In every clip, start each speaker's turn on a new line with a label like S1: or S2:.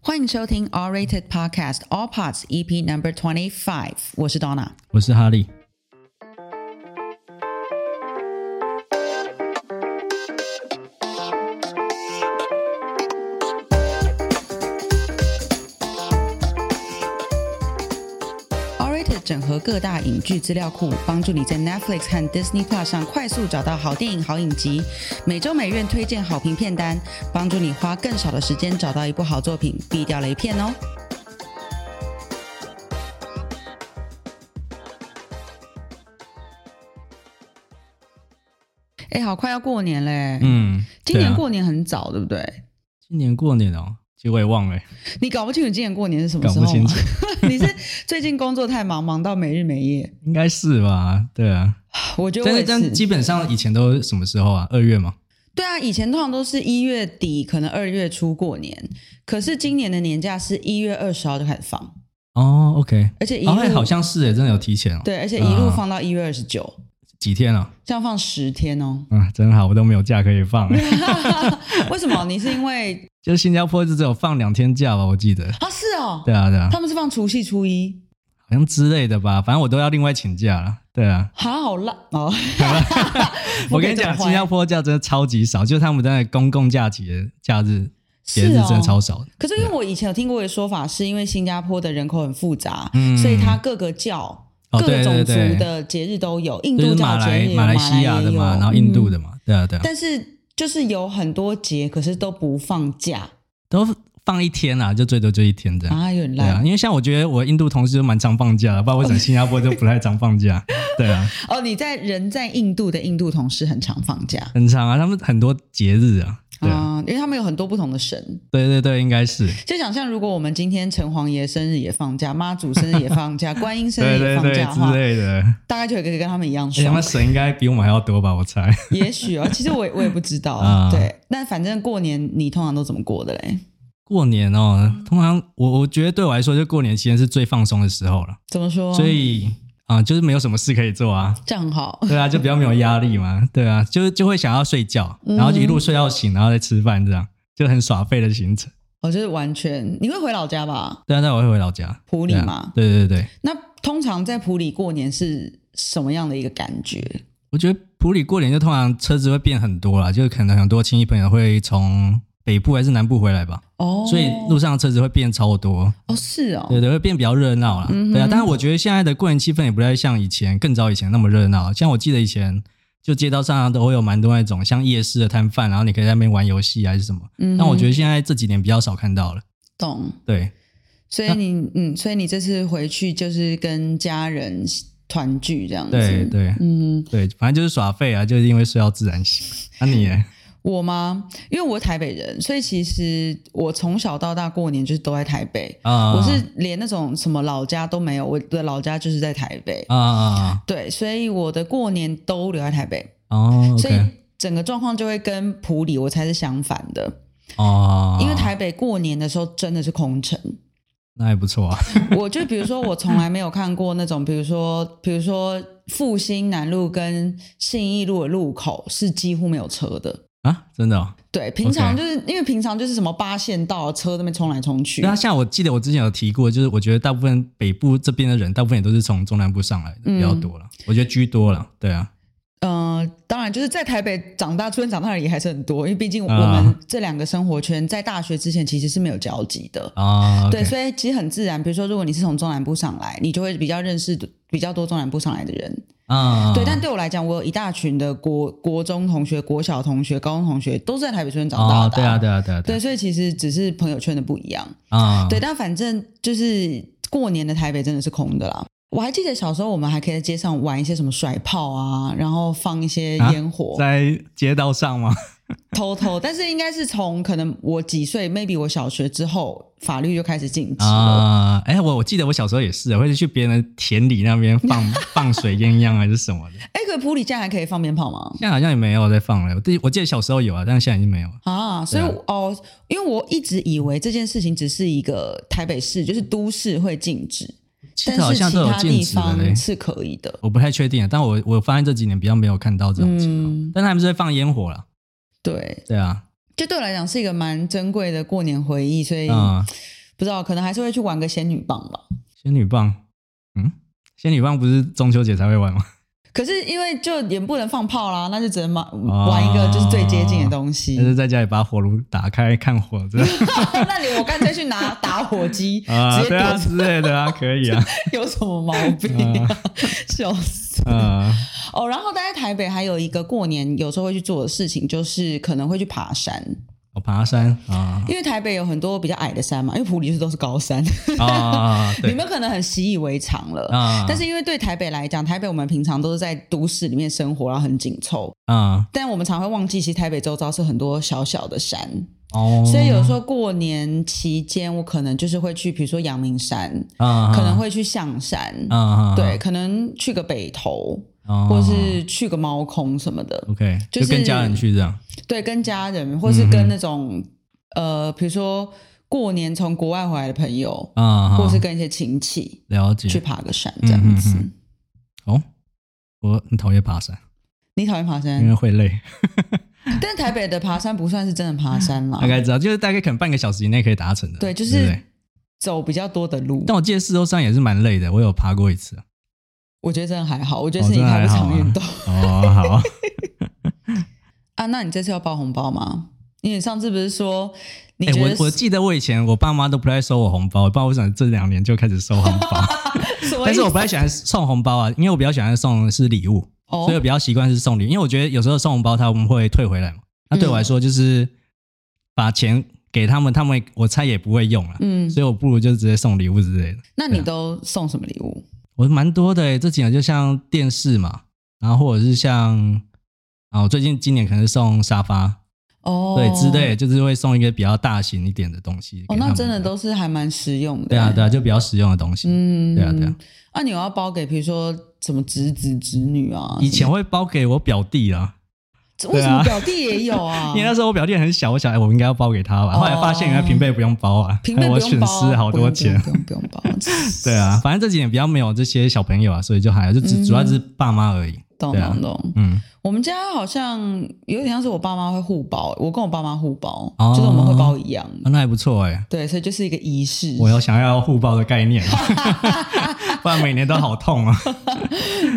S1: 欢迎收听 All Rated Podcast All Parts EP Number Twenty Five，我是 Donna。
S2: 我是哈利。
S1: All Rated 整合各大影剧资料库，帮助你在 Netflix 和 Disney Plus 上快速找到好电影、好影集，每周每院推荐好评片单，帮助你花更少的时间找到一部好作品，避掉雷片哦。哎，好快要过年嘞！
S2: 嗯，
S1: 今
S2: 对
S1: 年
S2: 啊
S1: 过年很早，对不对？
S2: 今年过年哦，其实我也忘了欸，
S1: 你搞不清楚今年过年是什么
S2: 搞
S1: 时
S2: 不
S1: 候
S2: 清
S1: 吗
S2: 楚？，
S1: 你是最近工作太忙，忙到没日没 夜。
S2: 应该是吧？对啊，
S1: 我觉得
S2: 但
S1: 我
S2: 是
S1: 也
S2: 但基
S1: 是。
S2: 本上以前都是什么时候啊？二月嘛。
S1: 对啊，以前通常都是一月底，可能二月初过年，可是今年的年假是一月二十号就开始放，
S2: 哦，OK，
S1: 而且一
S2: 哦，
S1: 路、
S2: 哎好像是哎，真的有提前哦。
S1: 对，而且一路
S2: 啊
S1: 放到一月二十九，
S2: 几天了？。
S1: 这样放十天哦
S2: 嗯，真好，我都没有假可以放欸，
S1: 为什么？你是因 为
S2: 就是新加坡就只有放两天假吧，我记得。
S1: 啊是哦，
S2: 对啊，对啊，
S1: 他们是放除夕初一，
S2: 好像之类的吧，反正我都要另外请假了。对啊，
S1: 好好烂哦。
S2: 我跟你讲，新加
S1: 坡
S2: 坡假真的超级少，就是他们在公共假期的假日
S1: 哦
S2: 节日真的超少的。
S1: 可是因为我以前有听过一个说法，是因为新加坡的人口很复杂，
S2: 嗯
S1: 所以它各个教、
S2: 哦
S1: 各个
S2: 对对
S1: 种族
S2: 对
S1: 的节日都有，印
S2: 就是
S1: 度
S2: 马
S1: 教节
S2: 来
S1: 日、
S2: 马来西亚的嘛，
S1: 也有
S2: 然后印度
S1: 嗯
S2: 的嘛，对啊对啊，
S1: 但是就是有很多节，可是都不放假
S2: 都放一天啊，就最多就一天这样。
S1: 啊，有点
S2: 对啊，
S1: 烂、
S2: 因为像我觉得我印度同事都蛮常放假的，不知道为什么新加坡就不太常 放假。对啊，
S1: 哦。你在人在印度的印度同事很常放假
S2: 很常啊，他们很多节日啊。对啊，
S1: 啊，因为他们有很多不同的神。
S2: 对对对，应该是。
S1: 就想象如果我们今天城隍爷生日也放假，妈祖生日也放 假，观音生日
S2: 对
S1: 也
S2: 对
S1: 放
S2: 对
S1: 假的话
S2: 之，类的，
S1: 大概就可以跟他们一样
S2: 哎他
S1: 爽
S2: 们。省应该比我们还要多吧？我猜。
S1: 也许哦，其实我也我也不知道。
S2: 啊
S1: 对，但反正过年你通常都怎么过的嘞？
S2: 过年哦，
S1: 嗯
S2: 通常我我觉得对我来说，就过年期间是最放松的时候了，
S1: 怎么说？
S2: 所以啊、就是没有什么事可以做啊，
S1: 这样很好。
S2: 对啊，就比较没有压力嘛。对啊，就就会想要睡觉，
S1: 嗯
S2: 然后就一路睡到醒，然后再吃饭，这样就很耍废的行程。
S1: 我哦就是完全，你会回老家吧？
S2: 对啊，那我会回老家。
S1: 普里
S2: 对啊
S1: 嘛。
S2: 对对对，
S1: 那通常在普里过年是什么样的一个感觉？
S2: 我觉得普里过年就通常车子会变很多啦，就可能很多亲戚朋友会从北部还是南部回来吧，
S1: 哦，
S2: 所以路上的车子会变超多。
S1: 哦是哦，嗯
S2: 对对，会变比较热闹啦。对啊，但是我觉得现在的过年气氛也不太像以前更早以前那么热闹。像我记得以前，就街道上啊都会有蛮多那种像夜市的摊贩，然后你可以在那边玩游戏还是什么。
S1: 嗯哼
S2: 但我觉得现在这几年比较少看到了。
S1: 懂。
S2: 对，
S1: 所以你嗯，所以你这次回去就是跟家人团聚这样子。
S2: 对对
S1: 嗯，
S2: 对，反正就是耍废啊，就是因为睡到自然醒。那、你呢？
S1: 我吗？因为我台北人，所以其实我从小到大过年就是都在台北。
S2: 啊，
S1: 我是连那种什么老家都没有，我的老家就是在台北，
S2: 啊啊
S1: 对，所以我的过年都留在台北，
S2: 啊哦
S1: 所以
S2: ，OK，
S1: 整个状况就会跟普里我才是相反的，
S2: 哦，
S1: 因为台北过年的时候真的是空城，
S2: 那也不错啊。
S1: 我就比如说我从来没有看过那种，比如说比如说复兴南路跟信义路的路口是几乎没有车的。
S2: 啊，真的、哦。
S1: 对，平常就是因为平常就是什么八线道啊车那边冲来冲去
S2: 对，啊，像我记得我之前有提过，就是我觉得大部分北部这边的人，大部分也都是从中南部上来的比较多了，我觉得居多了。对啊，
S1: 嗯、当然，就是在台北长大、出生长大的也还是很多，因为毕竟我
S2: 啊
S1: 们这两个生活圈在大学之前其实是没有交集的。
S2: 啊，
S1: 对，
S2: OK，
S1: 所以其实很自然。比如说，如果你是从中南部上来，你就会比较认识比较多中南部上来的人。
S2: 啊，
S1: 对，但对我来讲，我有一大群的国国中同学、国小同学、高中同学都是在台北出生长大
S2: 哦，
S1: 的、
S2: 对啊，对啊，对啊，
S1: 对，所以其实只是朋友圈的不一样。
S2: 啊，
S1: 对，但反正就是过年的台北真的是空的啦。我还记得小时候，我们还可以在街上玩一些什么甩炮啊，然后放一些
S2: 啊
S1: 烟火，
S2: 在街道上吗？
S1: 偷偷。但是应该是从可能我几岁，maybe 我小学之后，法律就开始禁止了。
S2: 啊，哎，我我记得我小时候也是，啊会去别人的田里那边放 放水鸳鸯还是什么的，
S1: 哎、可普里现在还可以放鞭炮吗？
S2: 现在好像也没有在放了。我记我记得小时候有啊，但是现在已经没有了。
S1: 啊，所以、
S2: 对啊
S1: 哦，因为我一直以为这件事情只是一个台北市，就是都市会禁止，
S2: 记
S1: 但
S2: 得好
S1: 是
S2: 像
S1: 其
S2: 都有
S1: 他
S2: 禁
S1: 地
S2: 止的嘞
S1: 方。是可以的。
S2: 我不太确定啊，但我我发现这几年比较没有看到这哦种情况，
S1: 嗯
S2: 但他们是会放烟火了，
S1: 对，
S2: 对啊，
S1: 就对我来讲是一个蛮珍贵的过年回忆，所以
S2: 啊、
S1: 不知道，可能还是会去玩个仙女棒吧。
S2: 仙女棒，嗯，仙女棒不是中秋节才会玩吗？
S1: 可是因为就也不能放炮啦，那就只能买
S2: 啊
S1: 玩一个就是最接近的东西
S2: 但。是在家里把火炉打开看火，这
S1: 那你我干脆去拿打火机，
S2: 啊，
S1: 直接
S2: 对啊
S1: 点，
S2: 之类 的啊，可以啊，
S1: 有什么毛病、啊？ 笑死！
S2: 啊，
S1: 哦，然后待在台北还有一个过年有时候会去做的事情，就是可能会去爬山，
S2: 我爬山啊
S1: 因为台北有很多比较矮的山嘛，因为普里就是都是高山，
S2: 啊，
S1: 你
S2: 对
S1: 们可能很习以为常了。
S2: 啊，
S1: 但是因为对台北来讲，台北我们平常都是在都市里面生活，然后很紧凑，
S2: 啊
S1: 但我们常会忘记，其实台北周遭是很多小小的山，
S2: 哦，
S1: 所以有时候过年期间，我可能就是会去，比如说阳明山，
S2: 啊
S1: 可能会去象山，
S2: 啊啊，
S1: 对，可能去个北投，
S2: 啊，嗯
S1: 或是去个猫空什么的，
S2: OK，
S1: 就是
S2: 就跟家人去这样
S1: 对，跟家人，或是
S2: 嗯
S1: 跟那种、呃，比如说过年从国外回来的朋友，
S2: 啊啊，
S1: 或是跟一些亲戚
S2: 了解
S1: 去爬个山这样子。
S2: 嗯哦，我很讨厌爬山，
S1: 你讨厌爬
S2: 因为
S1: 山，
S2: 会累，
S1: 但台北的爬山不算是真的 爬山啦
S2: 大，概知道，就是大概可能半个小时以内可以达成的，
S1: 对，就
S2: 不
S1: 是
S2: 对
S1: 走比较多的路。
S2: 但我记得四周山也是蛮累的，我有爬过 一次啊。
S1: 我觉得真的还好，我觉得
S2: 哦
S1: 是你
S2: 真的
S1: 太不
S2: 还好
S1: 常
S2: 啊
S1: 运动
S2: 哦，好，
S1: 啊。那你这次要包红包吗？因为你上次不是说你
S2: 哎、
S1: 觉得
S2: 我我记得我以前我爸妈都不太收我红包，我不知道为什么这两年就开始收红包。
S1: 什么意思？
S2: 但是我不太喜欢送红包啊，因为我比较喜欢送的是礼物，
S1: 哦
S2: 所以我比较习惯是送礼物，因为我觉得有时候送红包他们会退回来嘛。那
S1: 嗯
S2: 对我来说就是把钱给他们，他们我猜也不会用了，
S1: 嗯，
S2: 所以我不如就直接送礼物之类的。
S1: 那你都送什么礼物？
S2: 我蛮多的、欸，这几年就像电视嘛，然后或者是像啊，我最近今年可能是送沙发，
S1: 哦，
S2: 对之类的，就是会送一个比较大型一点的东西给
S1: 哦，
S2: 他们。
S1: 那真的都是还蛮实用的。
S2: 对啊，对啊，就比较实用的东西。
S1: 嗯，
S2: 对啊对啊。
S1: 那你有要包给比如说什么侄子侄女啊？
S2: 以前会包给我表弟啊，
S1: 这为什么表弟也有啊
S2: 因为？那时候我表弟很小，我想哎我应该要包给他吧。
S1: 哦
S2: 后来发现原来平辈不用包啊，
S1: 平辈
S2: 害
S1: 不
S2: 我
S1: 用
S2: 损
S1: 包，
S2: 失好多钱。
S1: 不用不用不用包。
S2: 对啊，反正这几年比较没有这些小朋友啊，所以就还好，就只主要是爸妈而已。
S1: 懂
S2: 对啊
S1: 懂懂。
S2: 嗯，
S1: 我们家好像有点像是我爸妈会互包，我跟我爸妈互包，
S2: 哦
S1: 就是我们会包一样。
S2: 啊那还不错哎。
S1: 对，所以就是一个仪式。
S2: 我有想要互报的概 念，不然每年都好痛啊。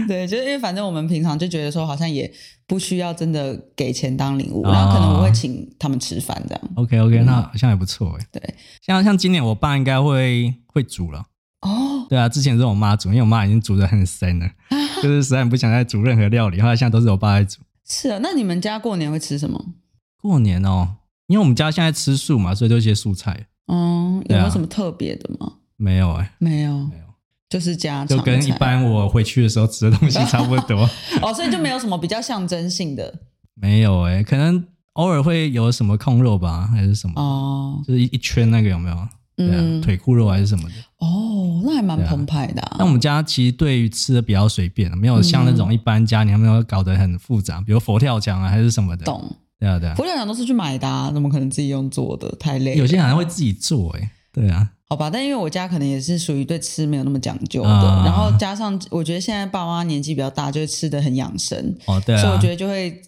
S1: 对，就是因为反正我们平常就觉得说，好像也不需要真的给钱当礼物，
S2: 哦
S1: 然后可能我会请他们吃饭这样。
S2: OK OK，那好像也不错哎。
S1: 对，
S2: 像像今年我爸应该会会煮了。
S1: 哦，
S2: 对啊，之前是我妈煮，因为我妈已经煮的很 深了，就是实在不想再煮任何料理。后来现在都是我爸在煮。
S1: 是啊。那你们家过年会吃什么？
S2: 过年哦，因为我们家现在吃素嘛，所以就一些素菜
S1: 嗯，有
S2: 对
S1: 没
S2: 啊
S1: 有什么特别的吗？
S2: 没有哎、
S1: 没有，
S2: 没有，
S1: 就是家常
S2: 就跟一
S1: 菜
S2: 般我回去的时候吃的东西差不 多。
S1: 哦，所以就没有什么比较象征性的
S2: 没有哎、可能偶尔会有什么控肉吧，还是什么，
S1: 哦。
S2: 就是一一圈那个有没有？对啊，
S1: 嗯，
S2: 腿裤肉还是什么的。
S1: 哦，那还蛮
S2: 对啊
S1: 澎湃的啊。
S2: 但我们家其实对于吃的比较随便，啊没有像那
S1: 嗯
S2: 种一般家庭他们要搞得很复杂，比如佛跳墙啊还是什么的。
S1: 懂，
S2: 对啊对啊，
S1: 佛跳墙都是去买的、啊，怎么可能自己用做的？太累了。
S2: 有些好像会自己做哎、对啊，
S1: 好吧，但因为我家可能也是属于对吃没有那么讲究的，
S2: 啊
S1: 然后加上我觉得现在爸妈年纪比较大，就会吃的很养生，
S2: 哦对啊，
S1: 所以我觉得就会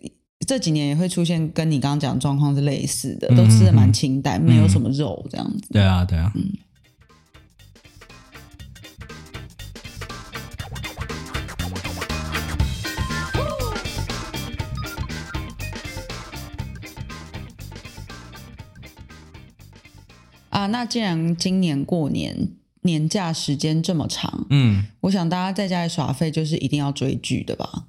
S1: 这几年也会出现跟你刚刚讲的状况是类似的，
S2: 嗯
S1: 都吃的蛮清淡，没有什么肉这样子。
S2: 对啊对啊，
S1: 啊，那既然今年过年年假时间这么长，
S2: 嗯，
S1: 我想大家在家里耍废就是一定要追剧的吧？
S2: 嗯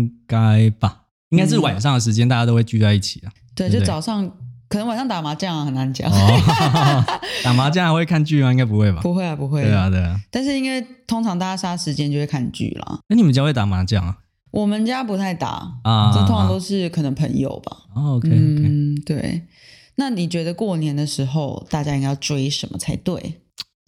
S2: 应该吧，应该是晚上的时
S1: 嗯
S2: 间大家都会聚在一起 啊。
S1: 对，
S2: 对
S1: 就
S2: 对
S1: 早上可能晚上打麻将、啊、很难讲，
S2: 哦，打麻将还会看剧吗？应该不会吧？
S1: 不会啊，不会
S2: 对啊，对啊。
S1: 但是因为通常大家杀时间就会看剧啦，
S2: 那你们家会打麻将啊？
S1: 我们家不太打，
S2: 啊，
S1: 这通常都是可能朋友吧。
S2: 哦，OK，OK。
S1: 嗯，对。那你觉得过年的时候大家应该要追什么才对？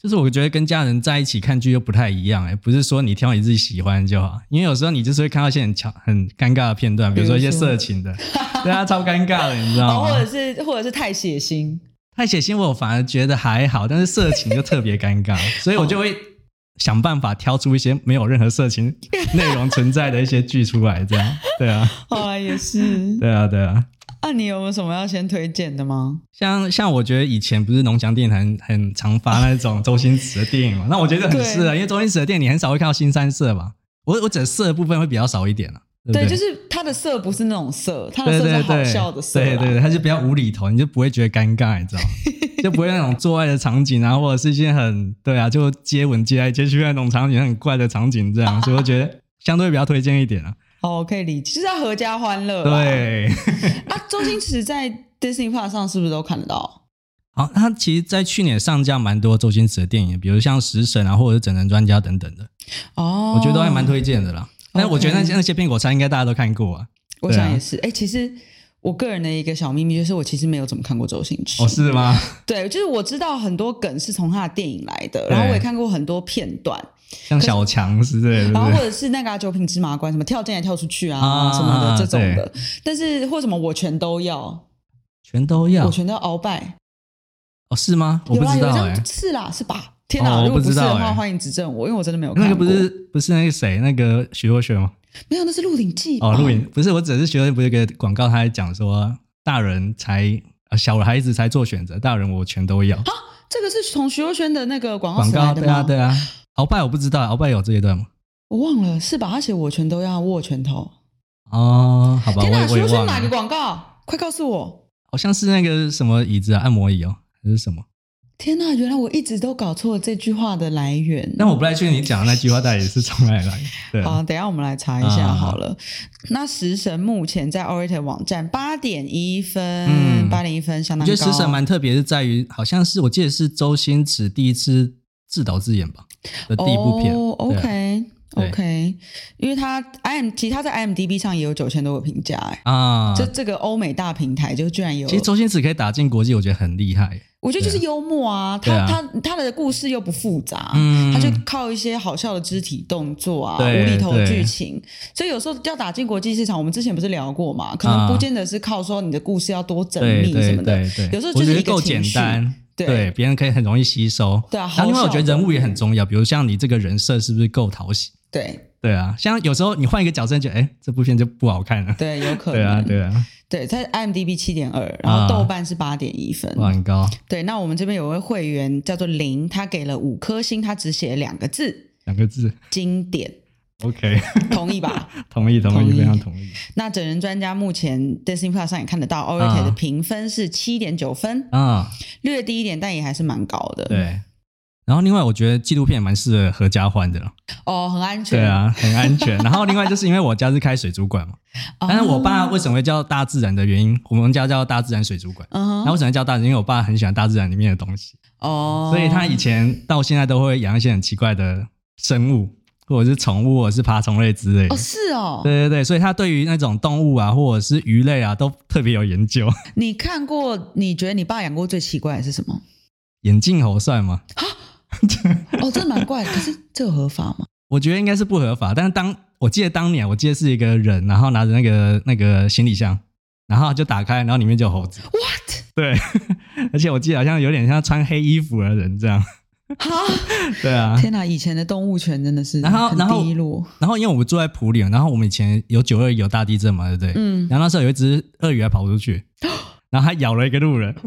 S2: 就是我觉得跟家人在一起看剧又不太一样哎，不是说你挑你自己喜欢就好，因为有时候你就是会看到一些很强、很尴尬的片段，比如说一些
S1: 比如说
S2: 色情 的，对啊，超尴尬的，你知道
S1: 哦，或
S2: 吗
S1: 者？是或者是太血腥
S2: 太血腥我反而觉得还好，但是色情就特别 尴尬，所以我就会想办法挑出一些没有任何色情内容存在的一些剧出来，这样，对啊，
S1: 啊，也是
S2: 对啊，对啊，
S1: 那、你有没有什么要先推荐的吗？
S2: 像像我觉得以前不是农强电台很很常发那种周星驰的电影嘛，那我觉得很适合，因为周星驰的电影你很少会看到新三色吧。我我指色的部分会比较少一点啊，对不
S1: 对，
S2: 对？
S1: 就是它的色不是那种色，它的
S2: 对
S1: 色是
S2: 对
S1: 好
S2: 对，
S1: 笑的色啦
S2: 对对对，他就比较无厘头，你就不会觉得尴尬，你知道吗？就不会那种做爱的场景啊，或者是一些很对啊，就接吻接来接去那种场景，很怪的场景这样，所以我觉得相对比较推荐一 点啊。
S1: 好，哦我可以理解，就是要合家欢乐。，
S2: 对，
S1: 啊，周星驰在 Disney Plus 上是不是都看得到？
S2: 好，他其实，在去年上架蛮多周星驰的电影，比如像《食神》啊，或者是《整人专家》等等的，
S1: 哦，
S2: 我觉得都还蛮推荐的啦。但我觉得那些那些苹果餐应该大家都看过啊。
S1: 我
S2: 对啊
S1: 想也是。哎、其实我个人的一个小秘密就是，我其实没有怎么看过周星驰。
S2: 哦，是吗？
S1: 对，就是我知道很多梗是从他的电影来的，然后我也看过很多片段，
S2: 像小强之类的，
S1: 然
S2: 对不
S1: 后或者
S2: 对？
S1: 是那个啊九品芝麻官什么跳进来跳出去啊
S2: 啊
S1: 什么的这种的，但是或什么我全都要，
S2: 全都要
S1: 我全都要鳌拜，
S2: 哦，是吗？我
S1: 有
S2: 不
S1: 啦
S2: 知
S1: 有
S2: 道
S1: 这
S2: 哎、
S1: 样是啦是吧？天哪，
S2: 哦我
S1: 如果
S2: 不
S1: 是
S2: 知道
S1: 的话，
S2: 哎
S1: 欢迎指正我，因为我真的没有看
S2: 那
S1: 过。
S2: 个不是不是那个谁，那个徐若瑄吗？
S1: 没有，那是《鹿鼎记》
S2: 哦，
S1: 吧
S2: 录影不是，我只是徐若瑄不是有一个广告，他还讲说大人才呃小孩子才做选择，大人我全都要。
S1: 这个是从徐若瑄的那个广告
S2: 广
S1: 词
S2: 告
S1: 来哦的
S2: 对
S1: 吗？
S2: 啊对啊，鳌拜我不知道，鳌拜有这一段吗？
S1: 我忘了，是吧？他写我全都要握拳头。
S2: 哦，好吧，我
S1: 天
S2: 也我
S1: 徐
S2: 也
S1: 若瑄
S2: 忘
S1: 哪个
S2: 了，
S1: 广告？快告诉我！
S2: 好像是那个什么椅子啊，按摩椅哦，还是什么？
S1: 天哪，原来我一直都搞错这句话的来源。
S2: 但我不太确定你讲的那句话到底是从哪里来的。对啊
S1: 好，等一下我们来查一下
S2: 啊
S1: 好了。那食神目前在 Orator 网站八点一分，
S2: 嗯
S1: 八点一分相
S2: 我
S1: 当
S2: 觉
S1: 高。
S2: 得食神蛮特别，是在于好像是我记得是周星驰第一次自导自演吧的第一部片。
S1: 哦
S2: 对啊
S1: ，OK。
S2: 对
S1: OK，因为他 IM 其实他在 IMDB 上也有九千多个评价、哎、
S2: 啊，
S1: 这这个欧美大平台就居然有，
S2: 其实周星驰可以打进国际，我觉得很厉害。
S1: 我觉得就是幽默啊，他
S2: 对啊
S1: 他他的故事又不复杂，啊
S2: 嗯
S1: 他就靠一些好笑的肢体动作啊，
S2: 对
S1: 无厘头的
S2: 对
S1: 剧情，所以有时候要打进国际市场，我们之前不是聊过嘛，可能
S2: 啊
S1: 不见得是靠说你的故事要多缜
S2: 对
S1: 密什
S2: 对
S1: 么的，
S2: 对对，
S1: 有时候
S2: 我
S1: 就是
S2: 觉
S1: 一
S2: 得
S1: 个
S2: 够
S1: 情
S2: 简
S1: 绪
S2: 单，
S1: 对
S2: 别人可以很容易吸收。
S1: 对啊
S2: 然后另外
S1: 好
S2: 我
S1: 笑
S2: 觉得人物也很重要，比如像你这个人设是不是够讨喜？
S1: 对
S2: 对啊，像有时候你换一个角色就，哎，这部片就不好看了。
S1: 对有可能，
S2: 对啊，对啊，
S1: 对在 IMDB 七点二，然后
S2: 啊
S1: 豆瓣是八点一分，
S2: 哇，很高，
S1: 对，那我们这边有位会员叫做林，他给了五颗星，他只写了两个字，
S2: 两个字
S1: 经典，
S2: ，OK，
S1: 同意吧？
S2: 同意，同
S1: 同
S2: 意，
S1: 意
S2: 非常同意。
S1: 那整人专家目前 Disney Plus 上也看得到 o r a t e
S2: 啊
S1: 的评分是七点九分，
S2: 啊，
S1: 略低一点，但也还是蛮高的。，
S2: 对。然后另外我觉得纪录片也蛮适合合家欢的了，
S1: 哦，很安全。
S2: 对，啊，很安全。然后另外就是因为我家是开水族馆嘛，
S1: 哦
S2: 但是我爸为什么会叫大自然的原因，我们家叫大自然水族馆。
S1: 嗯
S2: 然后
S1: 哼，
S2: 为什么叫大自然？因为我爸很喜欢大自然里面的东西，
S1: 哦，
S2: 所以他以前到现在都会养一些很奇怪的生物，或者是宠物，或者是爬虫类之类的
S1: 哦。是哦，
S2: 对对对，所以他对于那种动物啊，或者是鱼类啊，都特别有研究。
S1: 你看过？你觉得你爸养过最奇怪的是什么？
S2: 眼镜猴算吗？
S1: 哦，这蛮怪的，可是这有合法吗？
S2: 我觉得应该是不合法，但是当我记得当年，我记得是一个人，然后拿着那个那个行李箱，然后就打开，然后里面就有猴子。
S1: What？
S2: 对， 而且我记得好像有点像穿黑衣服的人这样。
S1: 哈，
S2: 对啊，
S1: 天哪！以前的动物权真的是
S2: 然后
S1: 很
S2: 然后嗯
S1: 低落。
S2: 然后因为我们住在普里，然后我们以前有九二一有大地震嘛，对不对？
S1: 嗯，
S2: 然后那时候有一只鳄鱼还跑 出去，然后还咬了一个路人。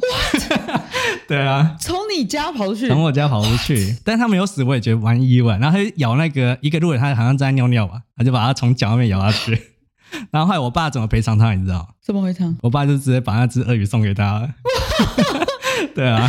S2: 对啊，
S1: 从你家跑出去，
S2: 从我家跑出去， 但是他没有死，我也觉得蛮意外。然后他就咬那个一个路人，他好像在尿尿吧，他就把他从脚那边咬下去。 然后后来我爸怎么赔偿他，你知道吗？
S1: 怎么回事？
S2: 我爸就直接把那只鳄鱼送给他 了。对啊，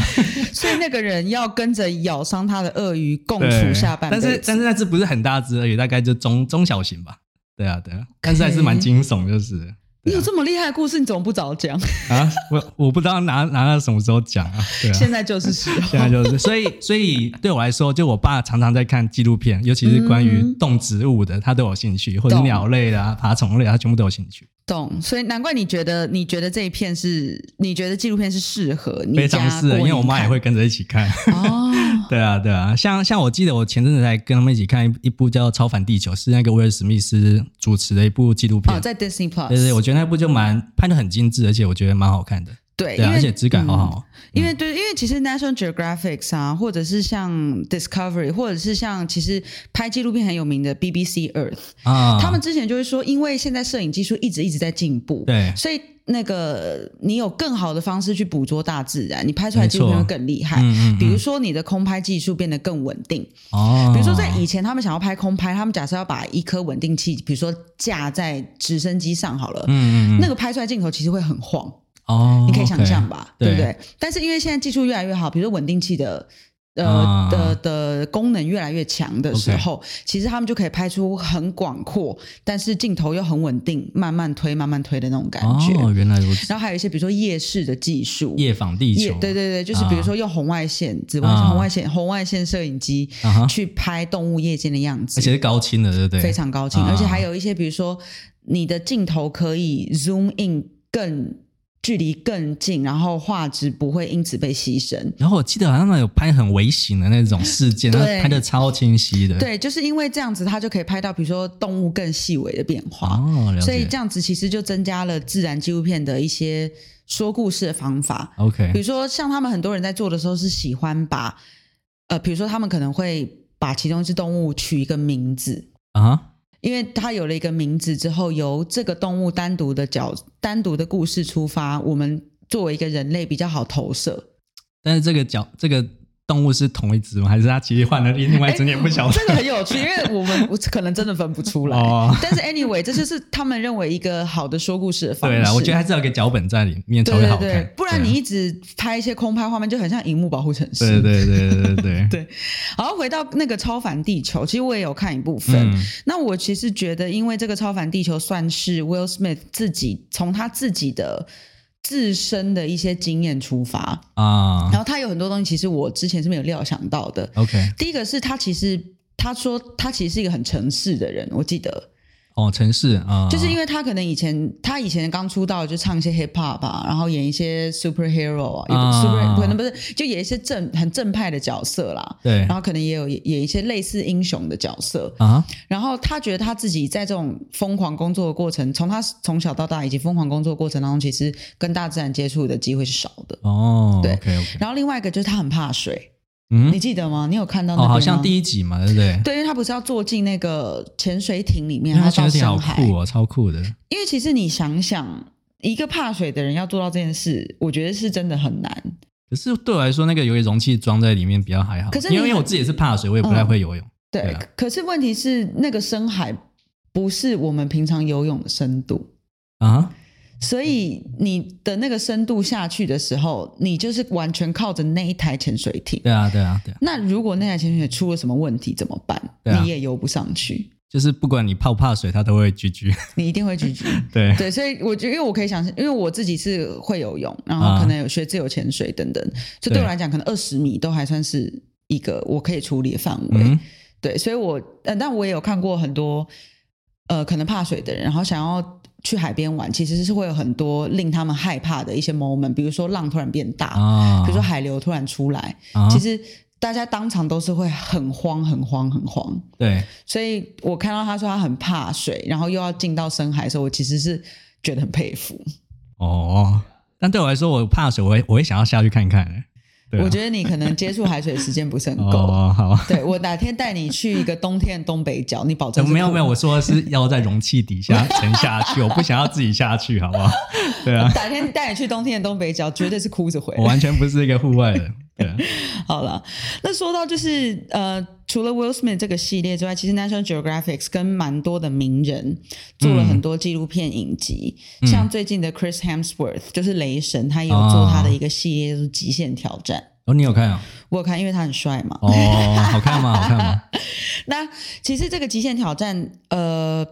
S1: 所以那个人要跟着咬伤他的鳄鱼共处
S2: 对
S1: 下半辈
S2: 但
S1: 子。
S2: 是但是那只不是很大只鳄鱼，大概就中中小型吧。对啊对啊，但是还是蛮惊悚，就是。
S1: 你有这么厉害的故事，你怎么不早讲？
S2: 啊，我我不知道拿拿到什么时候讲啊，对啊，
S1: 现在就是时候。
S2: 现在啊就是，所以所以对我来说，就我爸常常在看纪录片，尤其是关于
S1: 嗯
S2: 动植物的，他都有兴趣，或者是
S1: 懂
S2: 鸟类啦、爬虫类啊，他全部都有兴趣，
S1: 懂，所以难怪你觉得你觉得这一片是你觉得纪录片是适合你
S2: 非
S1: 家
S2: 常适
S1: 过
S2: 合，因为我
S1: 年
S2: 妈也
S1: 看
S2: 会跟着一起 看。
S1: 哦，
S2: 对啊，对啊，像像我记得我前阵子才跟他们一起看一一部叫《超凡地球》，是那个威尔史密斯主持的一部纪录片。
S1: 哦哦，在 Disney Plus，
S2: 对对，我觉得那部就蛮拍的很精致，而且我觉得蛮好看的。
S1: 对，
S2: 对
S1: 因
S2: 啊，
S1: 为
S2: 而且质感好
S1: 嗯
S2: 好哦。
S1: 因为对，因为其实 National Geographic 啊，或者是像 Discovery，或者是像其实拍纪录片很有名的 BBC Earth，、
S2: 啊，
S1: 嗯他们之前就会说，因为现在摄影技术一直一直在进步，
S2: 对
S1: 所以那个你有更好的方式去捕捉大自然，你拍出来纪录片
S2: 没
S1: 会
S2: 错
S1: 更厉害。
S2: 嗯嗯
S1: 比如说你的空拍技术变得更稳定，
S2: 哦，
S1: 比如说在以前他们想要拍空拍，他们假设要把一颗稳定器，比如说架在直升机上好了，
S2: 嗯嗯嗯
S1: 那个拍出来镜头其实会很晃。
S2: 哦，
S1: 你可以想象吧，
S2: OK，
S1: 对不
S2: 对
S1: 对？但是因为现在技术越来越好，比如说稳定器的。呃、
S2: 啊
S1: 的的功能越来越强的时候其实他们就可以拍出很广阔，但是镜头又很稳定，慢慢推、慢慢推的那种感觉。
S2: 哦，原来如此，
S1: 然后还有一些比如说夜视的技术，
S2: 夜访地
S1: 夜
S2: 球，
S1: 对对对，就是比如说用红外线、紫外线、
S2: 啊
S1: 红外线、红外线摄影机、
S2: 啊哈，
S1: 去拍动物夜间的样子
S2: 而，且是高清的，对不对？
S1: 非常高清，
S2: 啊
S1: 而且还有一些，比如说你的镜头可以 zoom in 更距离更近，然后画质不会因此被牺牲。
S2: 然后我记得好像有拍很微型的那种事件，
S1: 对
S2: 然后拍的超清晰的。，
S1: 对，就是因为这样子，它就可以拍到比如说动物更细微的变化，
S2: 哦，了解。
S1: 所以这样子其实就增加了自然纪录片的一些说故事的方法。比
S2: OK，
S1: 如说，像他们很多人在做的时候是喜欢把，呃，比如说他们可能会把其中一只动物取一个名字，
S2: 啊哈，
S1: 因为它有了一个名字之后，由这个动物单独的角、单独的故事出发，我们作为一个人类比较好投射。
S2: 但是这个角这个动物是同一只吗？还是它其实换了另外一只？你也不晓得
S1: 这个很有 趣，因为我们我可能真哎的分不出来。
S2: 哦。
S1: 但是 anyway，这就是他们认为一个好的说故事的方式。
S2: 对了，我觉得还是要有个脚本在里面才
S1: 对
S2: 会
S1: 对
S2: 好看
S1: 对，，不然你
S2: 对啊
S1: 一直拍一些空拍画面，就很像荧幕保护城市。
S2: 对对对对对 对，
S1: 对，然后回到那个《超凡地球》，其实我也有看一部分。
S2: 嗯
S1: 那我其实觉得，因为这个《超凡地球》算是 Will Smith 自己从他自己的自身的一些经验出发，
S2: 啊
S1: 然后他有很多东西，其实我之前是没有料想到的。
S2: ，OK，
S1: 第一个是他其实。他说，他其实是一个很城市的人，我记得，
S2: 哦，城市啊，
S1: 就是因为他可能以前他以前刚出道就唱一些 hip hop 啊，然后演一些 superhero 啊，也不
S2: 啊
S1: super 可能不是就演一些正很正派的角色啦，
S2: 对
S1: 然后可能也有演一些类似英雄的角色。
S2: 啊，
S1: 然后他觉得他自己在这种疯狂工作的过程，从他从小到大以及疯狂工作的过程当中，其实跟大自然接触的机会是少的。
S2: 哦
S1: 对
S2: ，OK OK，
S1: 然后另外一个就是他很怕水，
S2: 嗯
S1: 你，记得吗？你有看到那
S2: 哦，
S1: 边吗？
S2: 好像第一集嘛，对不对？
S1: 对，因为他不是要坐进那个潜水艇里面，然
S2: 因为它
S1: 后
S2: 全
S1: 到
S2: 身体好
S1: 深海。
S2: 酷哦，超酷的，
S1: 因为其实你想想，一个怕水的人要做到这件事，我觉得是真的很难。
S2: 可是对我来说，那个有一容器装在里面比较还好，
S1: 可是
S2: 因为
S1: 你嗯
S2: 因为我自己也是怕水，我也不太会游泳。
S1: 对，
S2: 对啊
S1: 可是问题是那个深海不是我们平常游泳的深度。
S2: 啊，
S1: 所以你的那个深度下去的时候，你就是完全靠着那一台潜水艇。
S2: 对啊，对啊，对啊，
S1: 那如果那台潜水艇出了什么问题怎么办？
S2: 对啊
S1: 你也游不上去，
S2: 就是不管你怕不怕水，它都会聚聚。
S1: 你一定会拒绝。
S2: 对，
S1: 对，所以我觉得，因为我可以想象，因为我自己是会游泳，然后可能有学自由潜水等等，
S2: 嗯
S1: 这、对我来讲，可能二十米都还算是一个我可以处理的范围。
S2: 嗯，
S1: 对，所以我，呃，但我也有看过很多，呃，可能怕水的人，然后想要去海边玩，其实是会有很多令他们害怕的一些 moment，比如说浪突然变大，
S2: 啊，
S1: 比如说海流突然出来，
S2: 啊
S1: 其实大家当场都是会很慌、很慌、很慌。
S2: 对，
S1: 所以我看到他说他很怕水，然后又要进到深海的时候，我其实是觉得很佩服。
S2: 哦，但对我来说，我怕水，我会我会想要下去看看、欸。对啊、
S1: 我觉得你可能接触海水的时间不 是很够。
S2: 哦，好，
S1: 对我哪天带你去一个冬天的东北角，你保证是
S2: 哎没有
S1: 不
S2: 没有，我说的是要在容器 底下沉下去，我不想要自己下去，好不好？对 啊，
S1: 哪天带你去冬天的东北角，绝对是哭着回
S2: 我
S1: 来。
S2: 完全不是一个户外人。对啊，
S1: 好了，那说到就是呃，除了 Will Smith 这个系列之外，其实 National Geographic 跟蛮多的名人做了很多纪录片影集，
S2: 嗯
S1: 像最近的 Chris Hemsworth 就是雷神，他也有做他的一个系列，就是《极限挑战》。
S2: 哦，你有看啊？
S1: 我有看，因为他很帅嘛。
S2: 哦，好看吗？好看吗？
S1: 那其实这个《极限挑战》呃，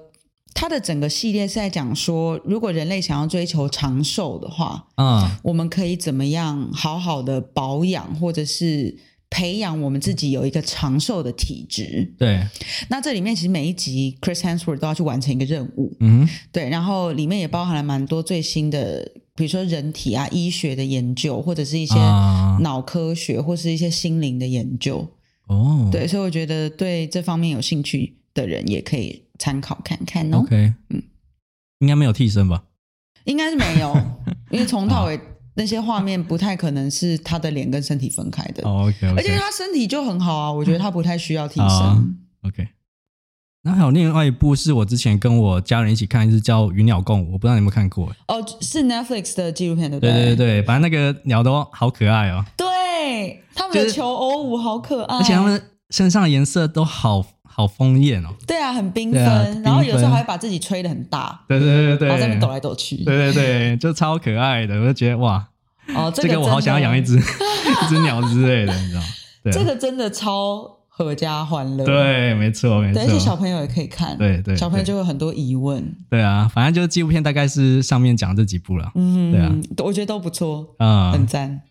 S1: 它的整个系列是在讲说，如果人类想要追求长寿的话，
S2: 嗯，
S1: 我们可以怎么样好好的保养，或者是培养我们自己有一个长寿的体质。
S2: 对，
S1: 那这里面其实每一集 Chris Hemsworth 都要去完成一个任务，
S2: 嗯，
S1: 对，然后里面也包含了蛮多最新的，比如说人体啊、医学的研究，或者是一些
S2: 啊
S1: 脑科学，或是一些心灵的研究。
S2: 哦，
S1: 对，所以我觉得对这方面有兴趣的人也可以参考看看哦。
S2: ，OK，嗯，应该没有替身吧？
S1: 应该是没有，因为从头到尾那些画面不太可能是他的脸跟身体分开的，
S2: 哦，OK，
S1: 而且
S2: OK
S1: 他身体就很好啊，我觉得他不太需要替身。
S2: 啊 OK。然后还有另外一部是我之前跟我家人一起看，是叫《与鸟共舞》，我不知道你有没有看过？
S1: 哦，是 Netflix 的纪录片，对不
S2: 对对
S1: 对
S2: 对对，反正那个鸟都好可爱哦，
S1: 对他们
S2: 就
S1: 的
S2: 是
S1: 求偶舞好可爱，
S2: 而且它们身上的颜色都好好丰艳哦。
S1: 对啊，很缤
S2: 对
S1: 纷，
S2: 啊
S1: 然后
S2: 缤纷
S1: 有时候还会把自己吹得很大，
S2: 对对对
S1: 然后在那
S2: 对
S1: 边抖
S2: 对，
S1: 来抖去。
S2: 对对对，就超可爱的，我就觉得哇，
S1: 哦，
S2: 这个我好想要养一
S1: 只，
S2: 只 一只鸟之类的，你知道吗？对啊
S1: 这个真的超合家欢乐。
S2: 对，没错没
S1: 对，而且小
S2: 错，
S1: 朋友也可以看，
S2: 对对
S1: 小朋友
S2: 对
S1: 就会有很多疑问。
S2: 对啊，反正就是纪录片大概是上面讲这几部了，
S1: 嗯，
S2: 对啊，
S1: 我觉得都不错，
S2: 啊，
S1: 很赞。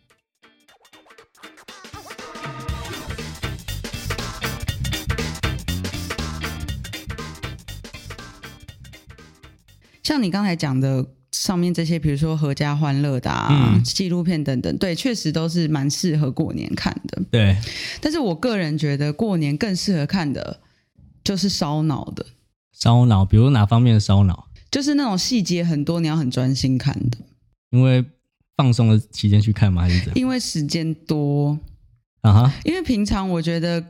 S1: 像你刚才讲的上面这些，比如说合家欢乐的啊、
S2: 嗯
S1: 纪录片等等，对，确实都是蛮适合过年看的。
S2: 对，
S1: 但是我个人觉得过年更适合看的就是烧脑的，
S2: 烧脑，比如哪方面的烧脑？
S1: 就是那种细节很多，你要很专心看的，
S2: 因为放松的期间去看吗？还是 怎样？
S1: 因为时间多。
S2: 啊哈，
S1: 因为平常我觉得，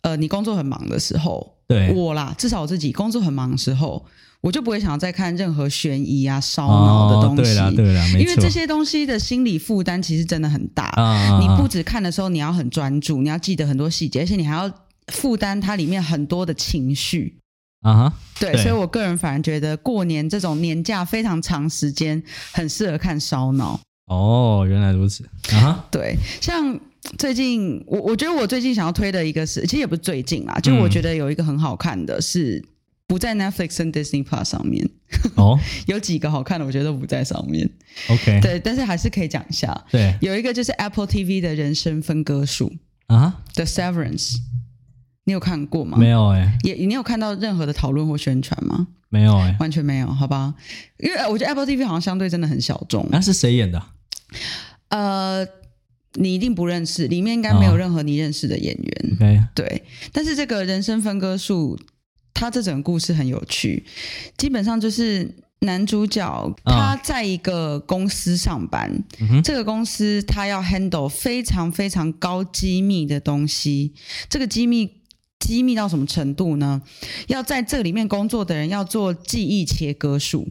S1: 呃，你工作很忙的时候，
S2: 对，
S1: 我啦，至少我自己工作很忙的时候，我就不会想要再看任何悬疑啊、烧脑的东
S2: 哦对
S1: 西，
S2: 啦对啦，没错，
S1: 因为这些东西的心理负担其实真的很大。
S2: 啊啊，
S1: 你不
S2: 啊
S1: 只看的时候，你要很专注，你要记得很多细节，而且你还要负担它里面很多的情绪。
S2: 啊哈，
S1: 对，
S2: 对
S1: 所以我个人反而觉得过年这种年假非常长时间，很适合看烧脑。
S2: 哦，原来如此啊哈，
S1: 对，像最近我我觉得我最近想要推的一个是，其实也不是最近啦，就
S2: 嗯
S1: 我觉得有一个很好看的是。不在 Netflix 跟 Disney Plus 上面，
S2: 哦
S1: 有几个好看的，我觉得都不在上面。
S2: ，OK，
S1: 对，但是还是可以讲一下。
S2: 对
S1: 有一个就是 Apple TV 的人生分割术
S2: 啊哈，
S1: The Severance，你有看过吗？
S2: 没。有哎，
S1: 也你有看到任何的讨论或宣传吗？
S2: 没有哎，
S1: 完全没有，好吧？因为呃我觉得 Apple TV 好像相对真的很小众。
S2: 那是谁演的啊？
S1: 呃，你一定不认识，里面应该没有
S2: 哦
S1: 任何你认识的演员。
S2: OK，
S1: 对，但是这个人生分割术，它这整个故事很有趣，基本上就是。男主角他在一个公司上班，
S2: 啊嗯哼
S1: 这个公司他要 handle 非常非常高机密的东西，这个机密机密到什么程度呢？要在这里面工作的人要做记忆切割术，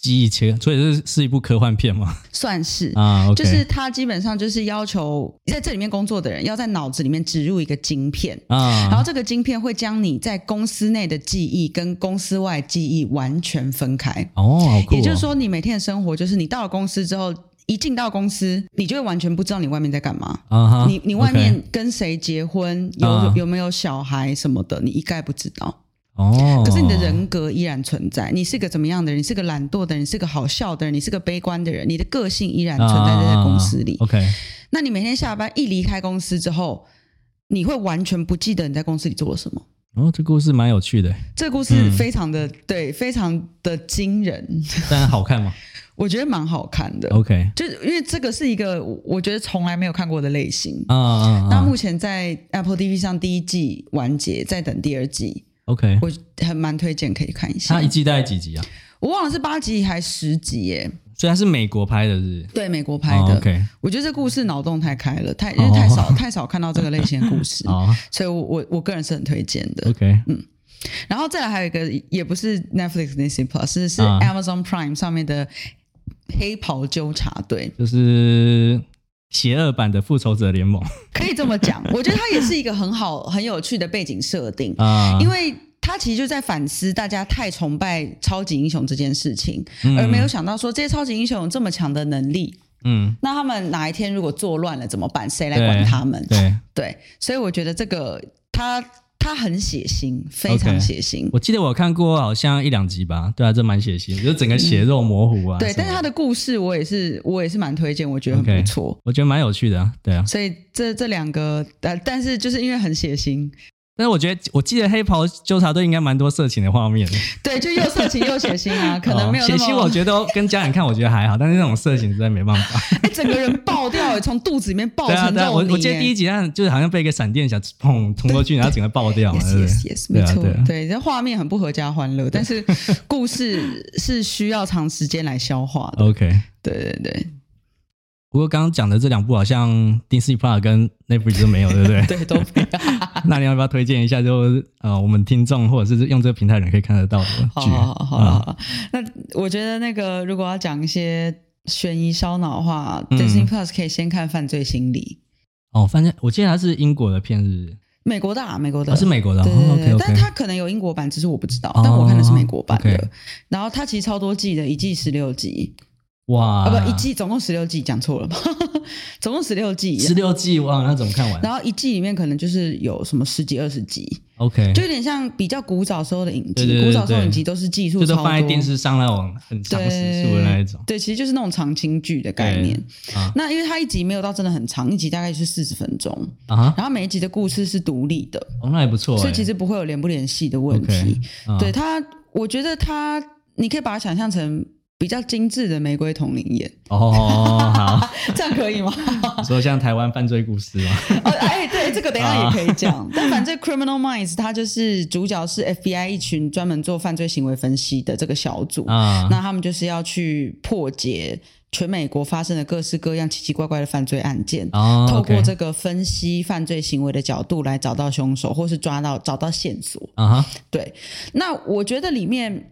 S2: 记忆切，所以这是是一部科幻片 嘛？
S1: 算是
S2: 啊，OK，
S1: 就是他基本上就是要求在这里面工作的人要在脑子里面植入一个晶片，
S2: 啊，
S1: 然后这个晶片会将你在公司内的记忆跟公司外记忆完全分开。
S2: 哦，好酷哦
S1: 也就是说，你每天的生活就是你到了公司之后，一进到公司，你就会完全不知道你外面在干嘛。
S2: 啊哈，
S1: 你你外
S2: OK
S1: 面跟谁结婚，有、
S2: 啊
S1: 有没有小孩什么的，你一概不知道。
S2: 哦，
S1: 可是你的人格依然存在，你是个怎么样的人？你是个懒惰的人，你是个好笑的人，你是个悲观的人，你的个性依然存在
S2: 啊
S1: 在公司里。
S2: OK，
S1: 那你每天下班一离开公司之后，你会完全不记得你在公司里做了什么。
S2: 哦，这故事蛮有趣的，
S1: 这故
S2: 嗯
S1: 事非常的、对，非常的惊人，
S2: 但好看吗
S1: 我觉得蛮好看的。
S2: ？OK，
S1: 就是因为这个是一个我我觉得从来没有看过的类型。
S2: 啊啊
S1: 那
S2: 啊
S1: 目前在 Apple TV 上第一季完结，在等第二季，
S2: ，OK，
S1: 我很蛮推荐可以看一下
S2: 它。一季大概几集啊？
S1: 我忘了是八集还是十集耶？
S2: 虽然是美国拍的，是不是？
S1: 对，美国拍的。
S2: 哦 OK，
S1: 我觉得这故事脑洞太开了，太因为太少、太少看到这个类型的故事，
S2: 哦
S1: 所以我我我个人是很推荐的。
S2: ，OK，
S1: 然后再来还有一个，也不是 Netflix、Disney Plus，是是
S2: 啊
S1: Amazon Prime 上面的《黑袍纠察队
S2: 就是邪恶版的复仇者联盟》，
S1: 可以这么讲。我觉得它也是一个很好、很有趣的背景设定，
S2: 啊，
S1: 因为它其实就在反思大家太崇拜超级英雄这件事情，
S2: 嗯
S1: 而没有想到说这些超级英雄有这么强的能力，
S2: 嗯，
S1: 那他们哪一天如果作乱了怎么办？谁来
S2: 对
S1: 管他们？
S2: 对，
S1: 对所以我觉得这个它它很血腥，非常
S2: OK
S1: 血腥。
S2: 我记得我看过好像一两集吧，对啊，这蛮血腥，就是整个血肉模糊啊，
S1: 嗯对，
S2: 什么
S1: 但是它
S2: 的
S1: 的故事我也是我也是蛮推荐，我觉得很
S2: OK
S1: 不错。
S2: 我觉得蛮有趣的啊，对啊，
S1: 所以这这两个，呃，但是就是因为很血腥，
S2: 但是我觉得我记得黑袍纠察队应该蛮多色情的画面的，
S1: 对，就又色情又血腥 啊，可能没有
S2: 哦
S1: 那
S2: 血
S1: 么
S2: 腥，我觉得跟家人看我觉得还好，但是那种色情实在没办法。
S1: 哎，整个人爆掉，从肚子里面爆
S2: 对啊，
S1: 成
S2: 对啊，
S1: 肉
S2: 我
S1: 泥。
S2: 我记得第一集，但就是好像被一个闪电侠砰冲过去，然后整个爆掉嘛，对不
S1: yes yes
S2: 对？
S1: yes，
S2: 对
S1: 没
S2: 啊
S1: 错
S2: 对啊，
S1: 对，这画面很不合家欢乐，但是
S2: 哦
S1: 故事是需要长时间来消化的。
S2: OK，
S1: 对对对，
S2: 不过刚刚讲的这两部好像 Disney Plus 跟 Netflix 都没有，对不对？
S1: 对，都啊没有。
S2: 那你要不要推荐一下就？呃，我们听众或者是用这个平台的人可以看得到的剧？
S1: 好好好好
S2: 啊
S1: 好，那我觉得那个如果要讲一些悬疑烧脑的话、
S2: 嗯
S1: d i s n e y Plus 可以先看《犯罪心理》，
S2: 哦，反正我记得它是英国的片日，
S1: 美国的、啊，美国的、
S2: 哦，是美国的哦。
S1: 对对对
S2: OK
S1: 对
S2: OK，
S1: 但它可能有英国版，只是我不知道。
S2: 哦
S1: 但我看的是美国版的。
S2: OK
S1: 然后它其实超多季的，一季十六集
S2: 哇，
S1: 啊，不，一季总共十六季，讲错了吧？ 总共十六季。
S2: 十六季，哇，那怎么看完
S1: 然后一季里面可能就是有什么十几二十集，
S2: ？OK，
S1: 就有点像比较古早时候的影集。
S2: 对对对
S1: 古早时候
S2: 对
S1: 影集都是技术
S2: 就
S1: 超
S2: 是
S1: 多，
S2: 放在电视上那种很长时速的那一种
S1: 对，其实就是那种长青剧的概念。
S2: 啊
S1: 那因为它一集没有到真的很长，一集大概就是四十分钟，
S2: 啊哈，
S1: 然后每一集的故事是独立的，
S2: 哦，那也不错欸。
S1: 所以其实不会有联不联系的问
S2: OK，
S1: 题。
S2: 啊
S1: 对它，我觉得它，你可以把它想象成比较精致的玫瑰同龄眼，
S2: 哦，好，
S1: 这样可以吗？
S2: 说像台湾犯罪故事嘛，
S1: 哦，哎，对，这个等一下也可以
S2: 啊
S1: 讲。但反正《Criminal Minds》它就是主角是 FBI 一群专门做犯罪行为分析的这个小组，
S2: 啊，
S1: 那他们就是要去破解全美国发生的各式各样奇奇怪怪的犯罪案件。
S2: 哦，
S1: 透过
S2: OK
S1: 这个分析犯罪行为的角度来找到凶手，或是抓到找到线索。
S2: 啊哈，
S1: 对，那我觉得里面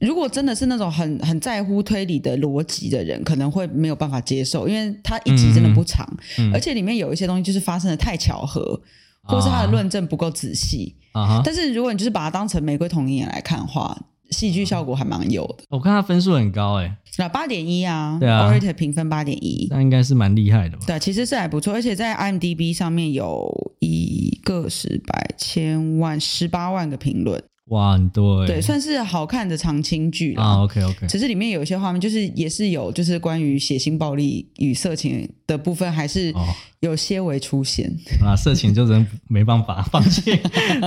S1: 如果真的是那种很很在乎推理的逻辑的人，可能会没有办法接受，因为它一集真
S2: 嗯
S1: 的不长，而且里面有一些东西就是发生的太巧合，或是它的论证不够仔细。
S2: 啊哈，
S1: 但是如果你就是把它当成玫瑰同龄眼来看的话，戏
S2: 啊
S1: 剧效果还蛮有的。
S2: 我看他分数很高哎，
S1: 那八点一啊，
S2: 对啊
S1: o r a t o r 评分八点一。
S2: 那应该是蛮厉害的吧？
S1: 对，啊其实是还不错，而且在 IMDB 上面有一个十百千万十八万个评论，
S2: 哇，很多哎，
S1: 对，算是好看的长青剧啦。
S2: 啊，OK OK，
S1: 只是里面有一些画面，就是也是有就是关于血腥暴力与色情的部分，还是
S2: 哦
S1: 有些微出现。
S2: 啊，色情就真没办法放弃，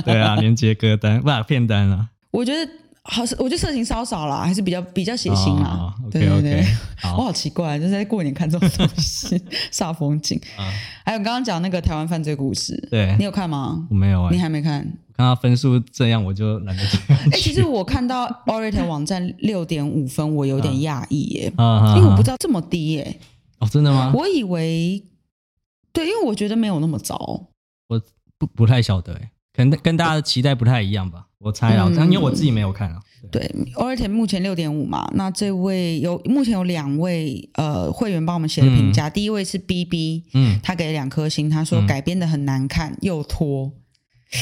S2: 对啊，连接歌单不然片单啊，
S1: 我觉得好，我觉得色情稍少啦，还是比较比较血腥啦。对
S2: 啊，OK
S1: 啊对对哦
S2: OK，，
S1: 我
S2: 哦好
S1: 好奇怪，就是在过年看这种东 西， 煞风景。
S2: 啊，
S1: 还有你刚刚讲那个台湾犯罪故事，
S2: 对
S1: 你，有看吗？
S2: 我没有
S1: 你
S2: 哎，
S1: 还没看？
S2: 看他分数这样我就懒得去
S1: 哎、其实我看到 Orator 网站六点五分，我有点讶异耶，
S2: 啊啊，
S1: 因为我不
S2: 道
S1: 知道这么低耶、
S2: 哦，真的吗？
S1: 我以为，对，因为我觉得没有那么糟。
S2: 不不太晓得哎，可能跟大家的期待不太一样吧，我猜啊，
S1: 嗯
S2: 但因为我自己没有看啊，对
S1: 对 o r a t o r 目前六点五嘛，那这位有目前有两位呃会员帮我们写的评价，第一位是 BB，
S2: 嗯
S1: 他给了两颗星，他说
S2: 嗯
S1: 改编的很难看又拖。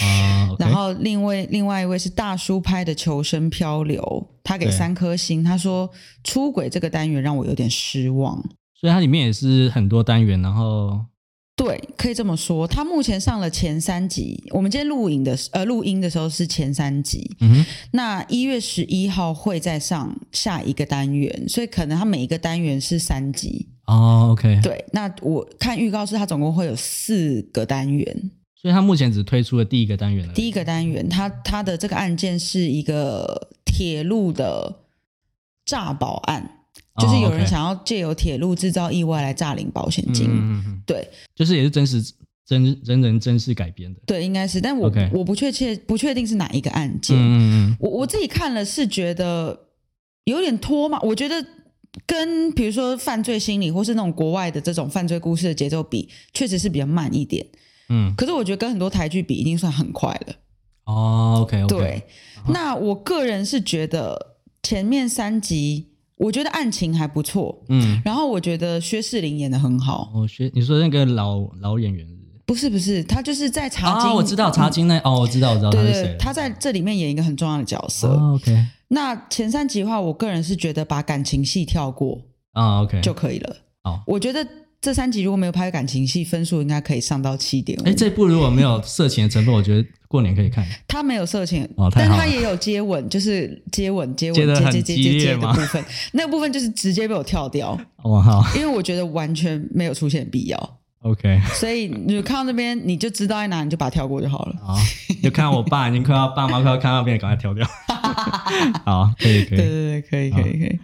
S2: 啊，OK，
S1: 然后另外另外一位是大叔拍的《求生漂流》，他给
S2: 对
S1: 三颗星，他说出轨这个单元让我有点失望。
S2: 所以它里面也是很多单元，然后
S1: 对，可以这么说。他目前上了前三集，我们今天录影的时呃录音的时候是前三集，
S2: 嗯哼
S1: 那一月十一号会再上下一个单元，所以可能它每一个单元是三集。
S2: 哦，OK，
S1: 对，那我看预告是它总共会有四个单元。
S2: 所以它目前只推出了第一个单元了，
S1: 第一个单元，它它的这个案件是一个铁路的诈保案，
S2: 哦
S1: 就是有人想要借由铁路制造意外来诈领保险
S2: 嗯
S1: 金。
S2: 嗯嗯嗯
S1: 对
S2: 就是也是真实真真人真事改编的，
S1: 对，应该是，但我
S2: OK
S1: 我不确切不确定是哪一个案件。
S2: 嗯嗯
S1: 我我自己看了是觉得有点拖嘛，我觉得跟比如说犯罪心理或是那种国外的这种犯罪故事的节奏比，确实是比较慢一点。
S2: 嗯嗯，
S1: 可是我觉得跟很多台剧比，已经算很快了。
S2: 哦，OK，
S1: 对，那我个人是觉得前面三集，我觉得案情还不错。
S2: 嗯，
S1: 然后我觉得薛世林演的很好，
S2: 我学你说那个老老演员是不是
S1: 不是不是，他就是在查经，
S2: 啊，我知道茶金那哦，我知道我知道他
S1: 对对
S2: 是谁，，
S1: 他在这里面演一个很重要的角色。
S2: 哦 OK
S1: 那前三集的话，我个人是觉得把感情戏跳过，
S2: 啊 OK，
S1: 就可以了。
S2: 好
S1: 我觉得这三集如果没有拍感情戏，分数应该可以上到七点五
S2: 哎，。这部如果没有色情的成分，我觉得过年可以看。
S1: 他没有色情，
S2: 哦太
S1: 但
S2: 好了
S1: 他也有接吻，就是接吻、接吻、
S2: 接得
S1: 接
S2: 很
S1: 接接
S2: 激
S1: 接
S2: 烈
S1: 接的
S2: 吗
S1: 部分， 那个部分就是直接被我跳 掉，
S2: 哇好
S1: 因为我觉得完全没有出现必要。
S2: ，OK，
S1: 所以你看到那边，你就知道在哪，你就把它跳过就好了。
S2: 好，就看我爸已经快要爸妈快要看到边，赶快 跳掉。好，可以
S1: 对
S2: 可以，
S1: 对对，可以可以可以。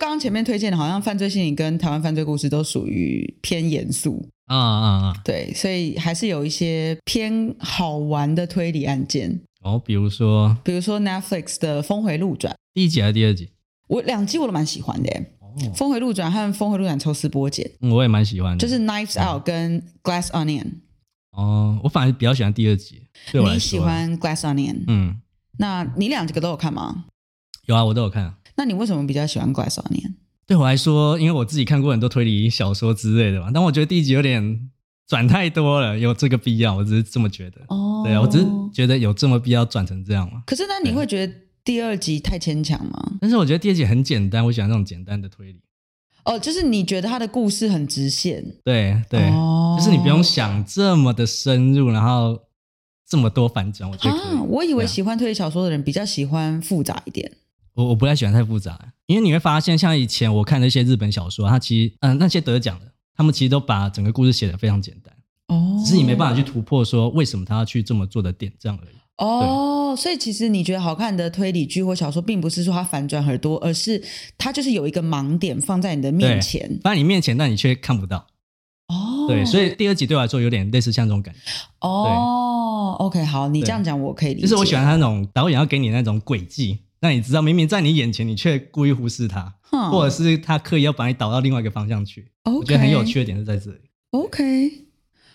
S1: 刚刚前面推荐的，好像犯罪心理跟台湾犯罪故事都属于偏严肃，
S2: 啊啊啊！
S1: 对，所以还是有一些偏好玩的推理案件。
S2: 然后比如说
S1: 比如说 Netflix 的《峰回路转》，
S2: 第一集还是第二集？
S1: 我两季我都蛮喜欢的耶。
S2: 哦
S1: 《峰回路转》和《峰回路转抽丝剥茧》，
S2: 嗯我也蛮喜欢的。
S1: 就是《Knives Out》跟《Glass Onion
S2: 哦，我反而比较喜欢第二集。》。对我来说，
S1: 你喜？欢《Glass Onion》？
S2: 嗯，
S1: 那你两个都有看吗？
S2: 有啊，我都有看啊。
S1: 那你为什么比较喜欢《Glass Onion》？
S2: 对我来说，因为我自己看过很多推理小说之类的嘛，但我觉得第一集有点转太多了，有这个必要，我只是这么觉得。
S1: 哦
S2: 对啊，我只是觉得有这么必要转成这样嘛。
S1: 可是那你会觉得第二集太牵强吗？
S2: 但是我觉得第二集很简单，我喜欢那种简单的推理。
S1: 哦，就是你觉得他的故事很直线，
S2: 对对，
S1: 哦
S2: 就是你不用想这么的深入，然后这么多反转，我觉得可以。
S1: 啊。我以为
S2: 对啊
S1: 喜欢推理小说的人比较喜欢复杂一点。
S2: 我我不太喜欢太复杂，因为你会发现，像以前我看那些日本小说，它其实嗯、那些得奖的，他们其实都把整个故事写得非常简单，
S1: 哦
S2: 只是你没办法去突破说为什么他要去这么做的点这样而已。
S1: 哦，所以其实你觉得好看的推理剧或小说，并不是说它反转很多，而是它就是有一个盲点放在你的面前。
S2: 放在你面前，但你却看不到。
S1: 哦，
S2: 对，所
S1: 以
S2: 以第二集对我来说有点类似像这种感觉，
S1: 哦，OK，好，你
S2: 对
S1: 这样讲我可以理解。
S2: 就是我喜欢他那种导演要给你那种轨迹，让你知道明明在你眼前，你却故意忽视它，
S1: 哼，
S2: 或者是他刻意要把你导到另外一个方向去。我觉得很有趣的点是在这里。
S1: OK。OK，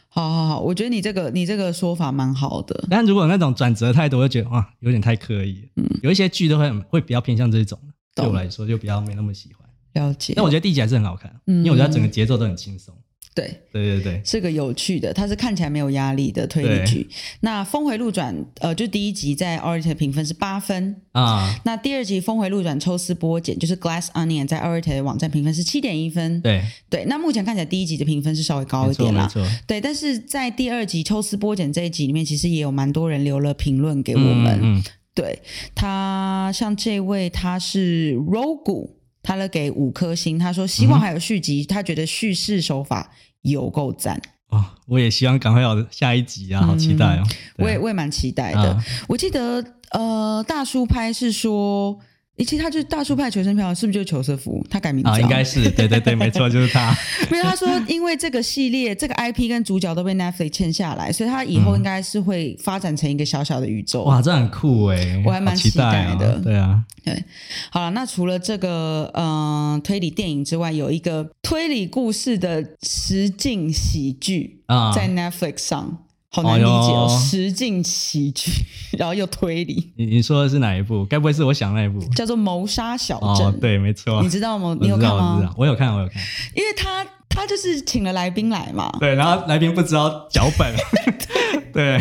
S1: 好好好，我觉得你这个你这个说法蛮好的。
S2: 但如果那种转折太多，我就觉得哇，有点太刻意了。有一些剧都会很会比较偏向这种，
S1: 嗯懂
S2: 对我来说就比较没那么喜欢。
S1: 了解。
S2: 但我觉得第一集还是很好看，
S1: 嗯
S2: 因为我觉得它整个节奏都很轻松。
S1: 对。
S2: 对对对，
S1: 是个有趣的，它是看起来没有压力的推理
S2: 对
S1: 剧。那《峰回路转》呃，就第一集在 o r i t 评分是八分，
S2: 啊，
S1: 那第二集《峰回路转抽丝剥茧》就是 Glass Onion 在 o r i t 的网站评分是七点一分，
S2: 对，
S1: 对那目前看起来第一集的评分是稍微高
S2: 没
S1: 一
S2: 错
S1: 点
S2: 没
S1: 啦。
S2: 错，
S1: 对，但是在第二集《抽丝剥茧》这一集里面，其实也有蛮多人留了评论给我们。
S2: 嗯嗯
S1: 对他，像这位他是 Rogu，他了给五颗星，他说希望还有续集，他觉得叙事手法有够赞。
S2: 哦，我也希望赶快有下一集啊，好期待哦！
S1: 嗯我
S2: 对
S1: 也
S2: 啊
S1: 我也蛮期待的。
S2: 啊
S1: 我记得呃，大叔派是说，诶其实他就是大叔派求生票，是不是就是裘瑟夫？他改名字、
S2: 啊，应该。是对对对，没错，就是 他。
S1: 没有，他说
S2: 嗯
S1: 因为这个系列、这个 IP 跟主角都被 Netflix 签下来，所以他以后应该是会发展成一个小小的宇宙。
S2: 哇，这很酷哎，
S1: 我还蛮
S2: 好期待啊
S1: 期待的
S2: 对啊，
S1: 好了，那除了这个嗯、呃推理电影之外，有一个推理故事的实境喜剧
S2: 啊，
S1: 在 Netflix 上。好难理解哦
S2: 哎，呦
S1: 实境喜剧，然后又推理，
S2: 你你说的是哪一部？该不会是我想的那一部？
S1: 叫做谋杀小镇。
S2: 哦，对，没错
S1: 你，知道吗？
S2: 我
S1: 你有
S2: 知
S1: 看
S2: 道，我知
S1: 吗
S2: 道？，我有看，我有看。
S1: 因为他他就是请了来宾来嘛，
S2: 对，然后来宾不知道脚 本，对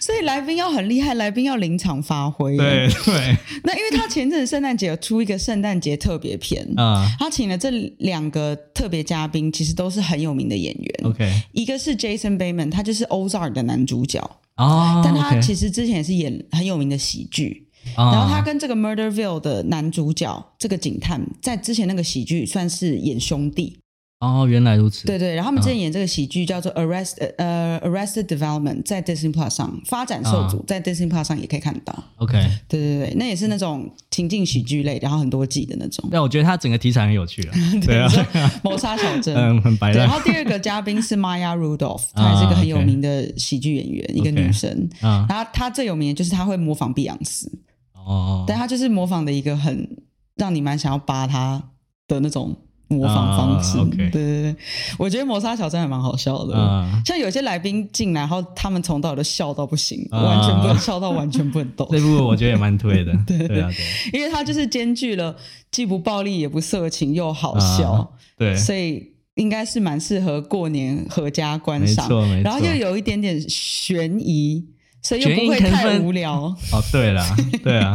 S1: 所以来宾要很厉害，来宾要临场发挥。
S2: 对，对
S1: 那因为他前阵子圣诞节有出一个圣诞节特别片，
S2: 啊
S1: 他请了这两个特别嘉宾，其实都是很有名的演员。
S2: ，OK
S1: 一个是 Jason Bateman，他就是 Ozark 的男主角，
S2: 哦，
S1: 但他
S2: OK，
S1: 其实之前也是演很有名的喜剧。
S2: 啊
S1: 然后他跟这个 Murderville 的男主角，这个警探，在之前那个喜剧算是演兄弟。
S2: 哦，原来如此，
S1: 对对，然后他们之前演这个喜剧叫做《Arrest》呃，《Arrested Development》在 Disney Plus 上发展受
S2: 啊
S1: 阻，在 Disney Plus 上也可以看到。
S2: ，OK，
S1: 对对对，那也是那种情境喜剧类，然后很多季的那种。
S2: 但我觉得他整个题材很有趣啊，对
S1: 对，
S2: 啊
S1: 你，说谋杀小镇。
S2: 嗯，啊很白
S1: 对，然
S2: 烂
S1: 后第二个嘉宾是 Maya Rudolph，她也是一个很有名的喜剧演员，一个女生。
S2: 啊，
S1: 然后她最有名的就是她会模仿碧昂斯，
S2: 哦，
S1: 但她就是模仿的一个很让你蛮想要扒她的那种模仿方式。
S2: 啊，OK
S1: 对对对，我觉得谋杀小镇还蛮好笑的。
S2: 啊，
S1: 像有些来宾进来，然后他们从头到尾都笑到不行，
S2: 啊
S1: 完全不能笑到完全不 能动，
S2: 这部我觉得也蛮 推的，对啊，对
S1: 因为他就是兼具了既不暴力也不色情又好
S2: 啊
S1: 笑，
S2: 对，
S1: 所以应该是蛮适合过年合家观
S2: 没
S1: 赏，
S2: 错没错。
S1: 然后又有一点点悬疑，所以又
S2: 悬
S1: 不
S2: 疑
S1: 会
S2: 成
S1: 太
S2: 分
S1: 无聊。
S2: 哦，对啦，对啊，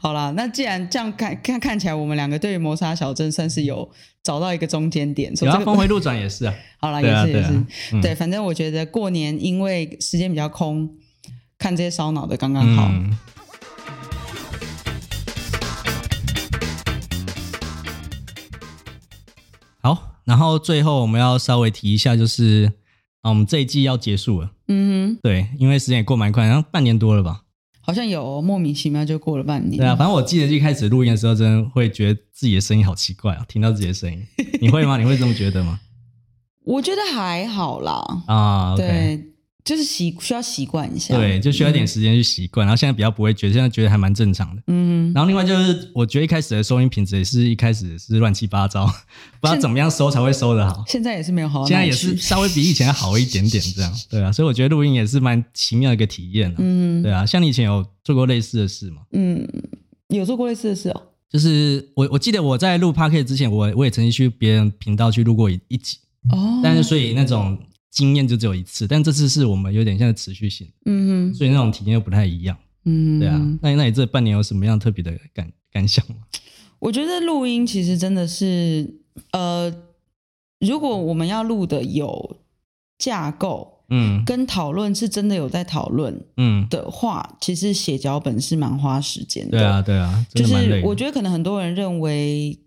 S1: 好啦，那既然这样看看看起来，我们两个对于谋杀小镇算是有找到一个中间点，说
S2: 然
S1: 这
S2: 后
S1: 个
S2: 峰回路转也是啊，
S1: 好啦，
S2: 对
S1: 也
S2: 啊
S1: 是也
S2: 对
S1: 是，
S2: 啊嗯
S1: 对，反正我觉得过年因为时间比较空，看这些烧脑的刚刚好。
S2: 嗯，好，然后最后我们要稍微提一下，就是啊，我们这一季要结束了，
S1: 嗯哼，
S2: 对，因为时间也过蛮快，然后半年多了吧，
S1: 好像有哦、莫名其妙就过了半年。
S2: 对啊，反正我记得一开始录音的时候，真的会觉得自己的声音好奇怪啊，听到自己的 声音，你会吗？你会这么觉得吗？
S1: 我觉得还好啦。
S2: 啊，OK，
S1: 对，就是习需要习惯一下。
S2: 对，就需要一点时间去习惯，然后现在比较不会觉得，现在觉得还蛮正常的。
S1: 嗯，
S2: 然后另外就是，我觉得一开始的收音品质也是一开始也是乱七八糟，不知道怎么样收才会收得好。
S1: 现在也是没有好好耐
S2: 现在也
S1: 哦去
S2: 是稍微比以前好一点点这样，对啊，所以我觉得录音也是蛮奇妙的一个体验、啊、
S1: 嗯
S2: 对啊，像你以前有做过类似的事吗？
S1: 嗯，有做过类似的事哦。
S2: 就是我我记得我在录 p o c a s t 之前，我我也曾经去别人频道去录过一一集，
S1: 哦，
S2: 嗯但是所以那种经验就只有一次，但这次是我们有点像是持续性，
S1: 嗯哼
S2: 所以那种体验又不太一样，
S1: 嗯，
S2: 对啊。那那你这半年有什么样特别的感感想吗？
S1: 我觉得录音其实真的是，呃，如果我们要录的有架构
S2: 嗯
S1: 跟讨论是真的有在讨论
S2: 嗯，
S1: 的话，其实写脚本是蛮花时间的。
S2: 对啊，对啊，
S1: 就
S2: 真的蛮累
S1: 是
S2: 的
S1: 我觉得可能很多人认为，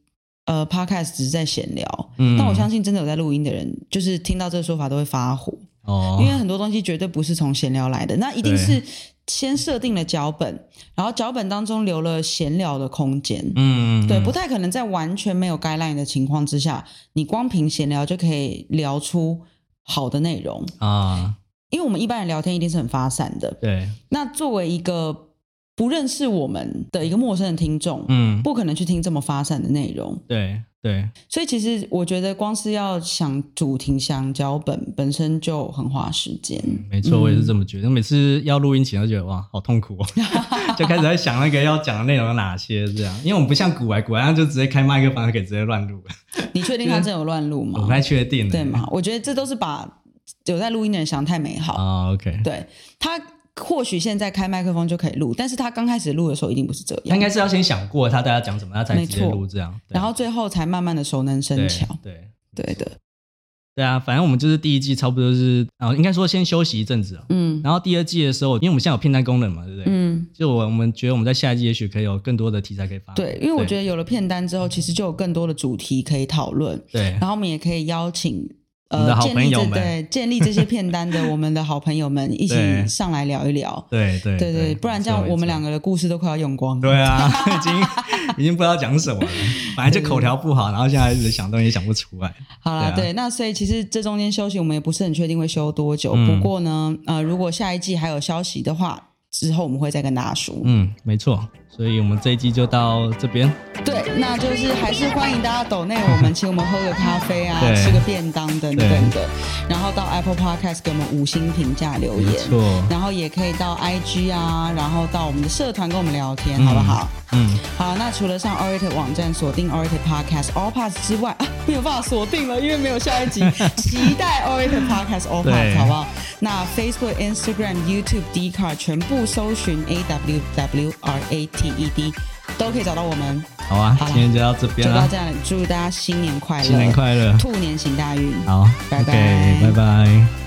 S1: 呃，podcast 只是在闲聊，
S2: 嗯
S1: 但我相信真的有在录音的人，就是听到这个说法都会发火，
S2: 哦，
S1: 因为很多东西绝对不是从闲聊来的，那一定
S2: 对
S1: 是先设定了脚本，然后脚本当中留了闲聊的空间。
S2: 嗯，嗯
S1: 对，
S2: 嗯
S1: 不太可能在完全没有 guideline 的情况之下，你光凭闲聊就可以聊出好的内容。
S2: 啊，
S1: 因为我们一般人聊天一定是很发散的，
S2: 对，
S1: 那作为一个不认识我们的一个陌生的听众，
S2: 嗯，
S1: 不可能去听这么发散的内容。
S2: 对对，
S1: 所以其实我觉得，光是要想主题、想脚本，本身就很花时间。
S2: 没错，我也是这么觉得。每次要录音前都觉得哇，好痛苦哦， 就开始在想那个要讲的内容有哪些这样。因为我们不像古玩，古玩他就直接开麦克风就可以直接乱录，
S1: 你确定他真有乱录
S2: 我不
S1: 吗？
S2: 太确定呢。
S1: 对吗？我觉得这都是把有在录音的人想太美好。
S2: 啊，OK、o k
S1: 对他或许现在开麦克风就可以录，但是他刚开始录的时候一定不是这
S2: 他
S1: 样，
S2: 应该是要先想过他大家讲什么，他才直接录这样。对
S1: 然后最后才慢慢的熟能生
S2: 对
S1: 巧。
S2: 对
S1: 对的，
S2: 对啊，反正我们就是第一季差不多是啊，应该说先休息一阵子啊。
S1: 嗯
S2: 然后第二季的时候，因为我们现在有片单功能嘛，对不对？
S1: 嗯，
S2: 就我我们觉得我们在下一季也许可以有更多的题材可以发。
S1: 对，因为我觉
S2: 得
S1: 得有了片单之后，其实就有更多的主题可以讨论，
S2: 对
S1: 然后我们也可以邀请。
S2: 我们的
S1: 呃，
S2: 好
S1: 建
S2: 朋
S1: 立
S2: 友
S1: 这
S2: 们
S1: 对建立这些片单的我们的好朋友们一
S2: 对
S1: 起上来聊一聊，
S2: 对对
S1: 对对，不然这样我们两
S2: 两。没错没错
S1: 个的故事都快要用光了。
S2: 对啊， 已经已经不知道讲什么了，本来就口条不好，然后现在一直想东西想不出来。
S1: 好啦，
S2: 对啊
S1: 对，那所以其实这中间休息，我们也不是很确定会休多久。
S2: 嗯
S1: 不过呢，呃，如果下一季还有消息的话，之后我们会再跟大家说。
S2: 嗯，没错，所以我们这一季就到这边。
S1: 对，那就是还是欢迎大家抖内我们，请我们喝个咖啡啊，
S2: 对
S1: 吃个便当等等的，然后到 Apple Podcast 给我们五星评价留
S2: 没
S1: 言，
S2: 错，
S1: 然后也可以到 IG 啊，然后到我们的社团跟我们聊天，好不好？
S2: 嗯，
S1: 好，那除了上 Orate 网站锁定 Orate Podcast All Pass 之外， 啊，没有办法锁定了，因为没有下一 集。期待 Orate Podcast All
S2: 对
S1: Pass 好不好？那 Facebook、Instagram、YouTube、d c a r 全部搜寻 A W W R A T E D 都可以找到我们。
S2: 好啊，
S1: 好啦
S2: 今天就到这边
S1: 就到
S2: 啦
S1: 这，样，祝大家新年快乐，
S2: 新年快乐，
S1: 兔年行大运。
S2: 好
S1: 拜拜
S2: ，OK，拜拜。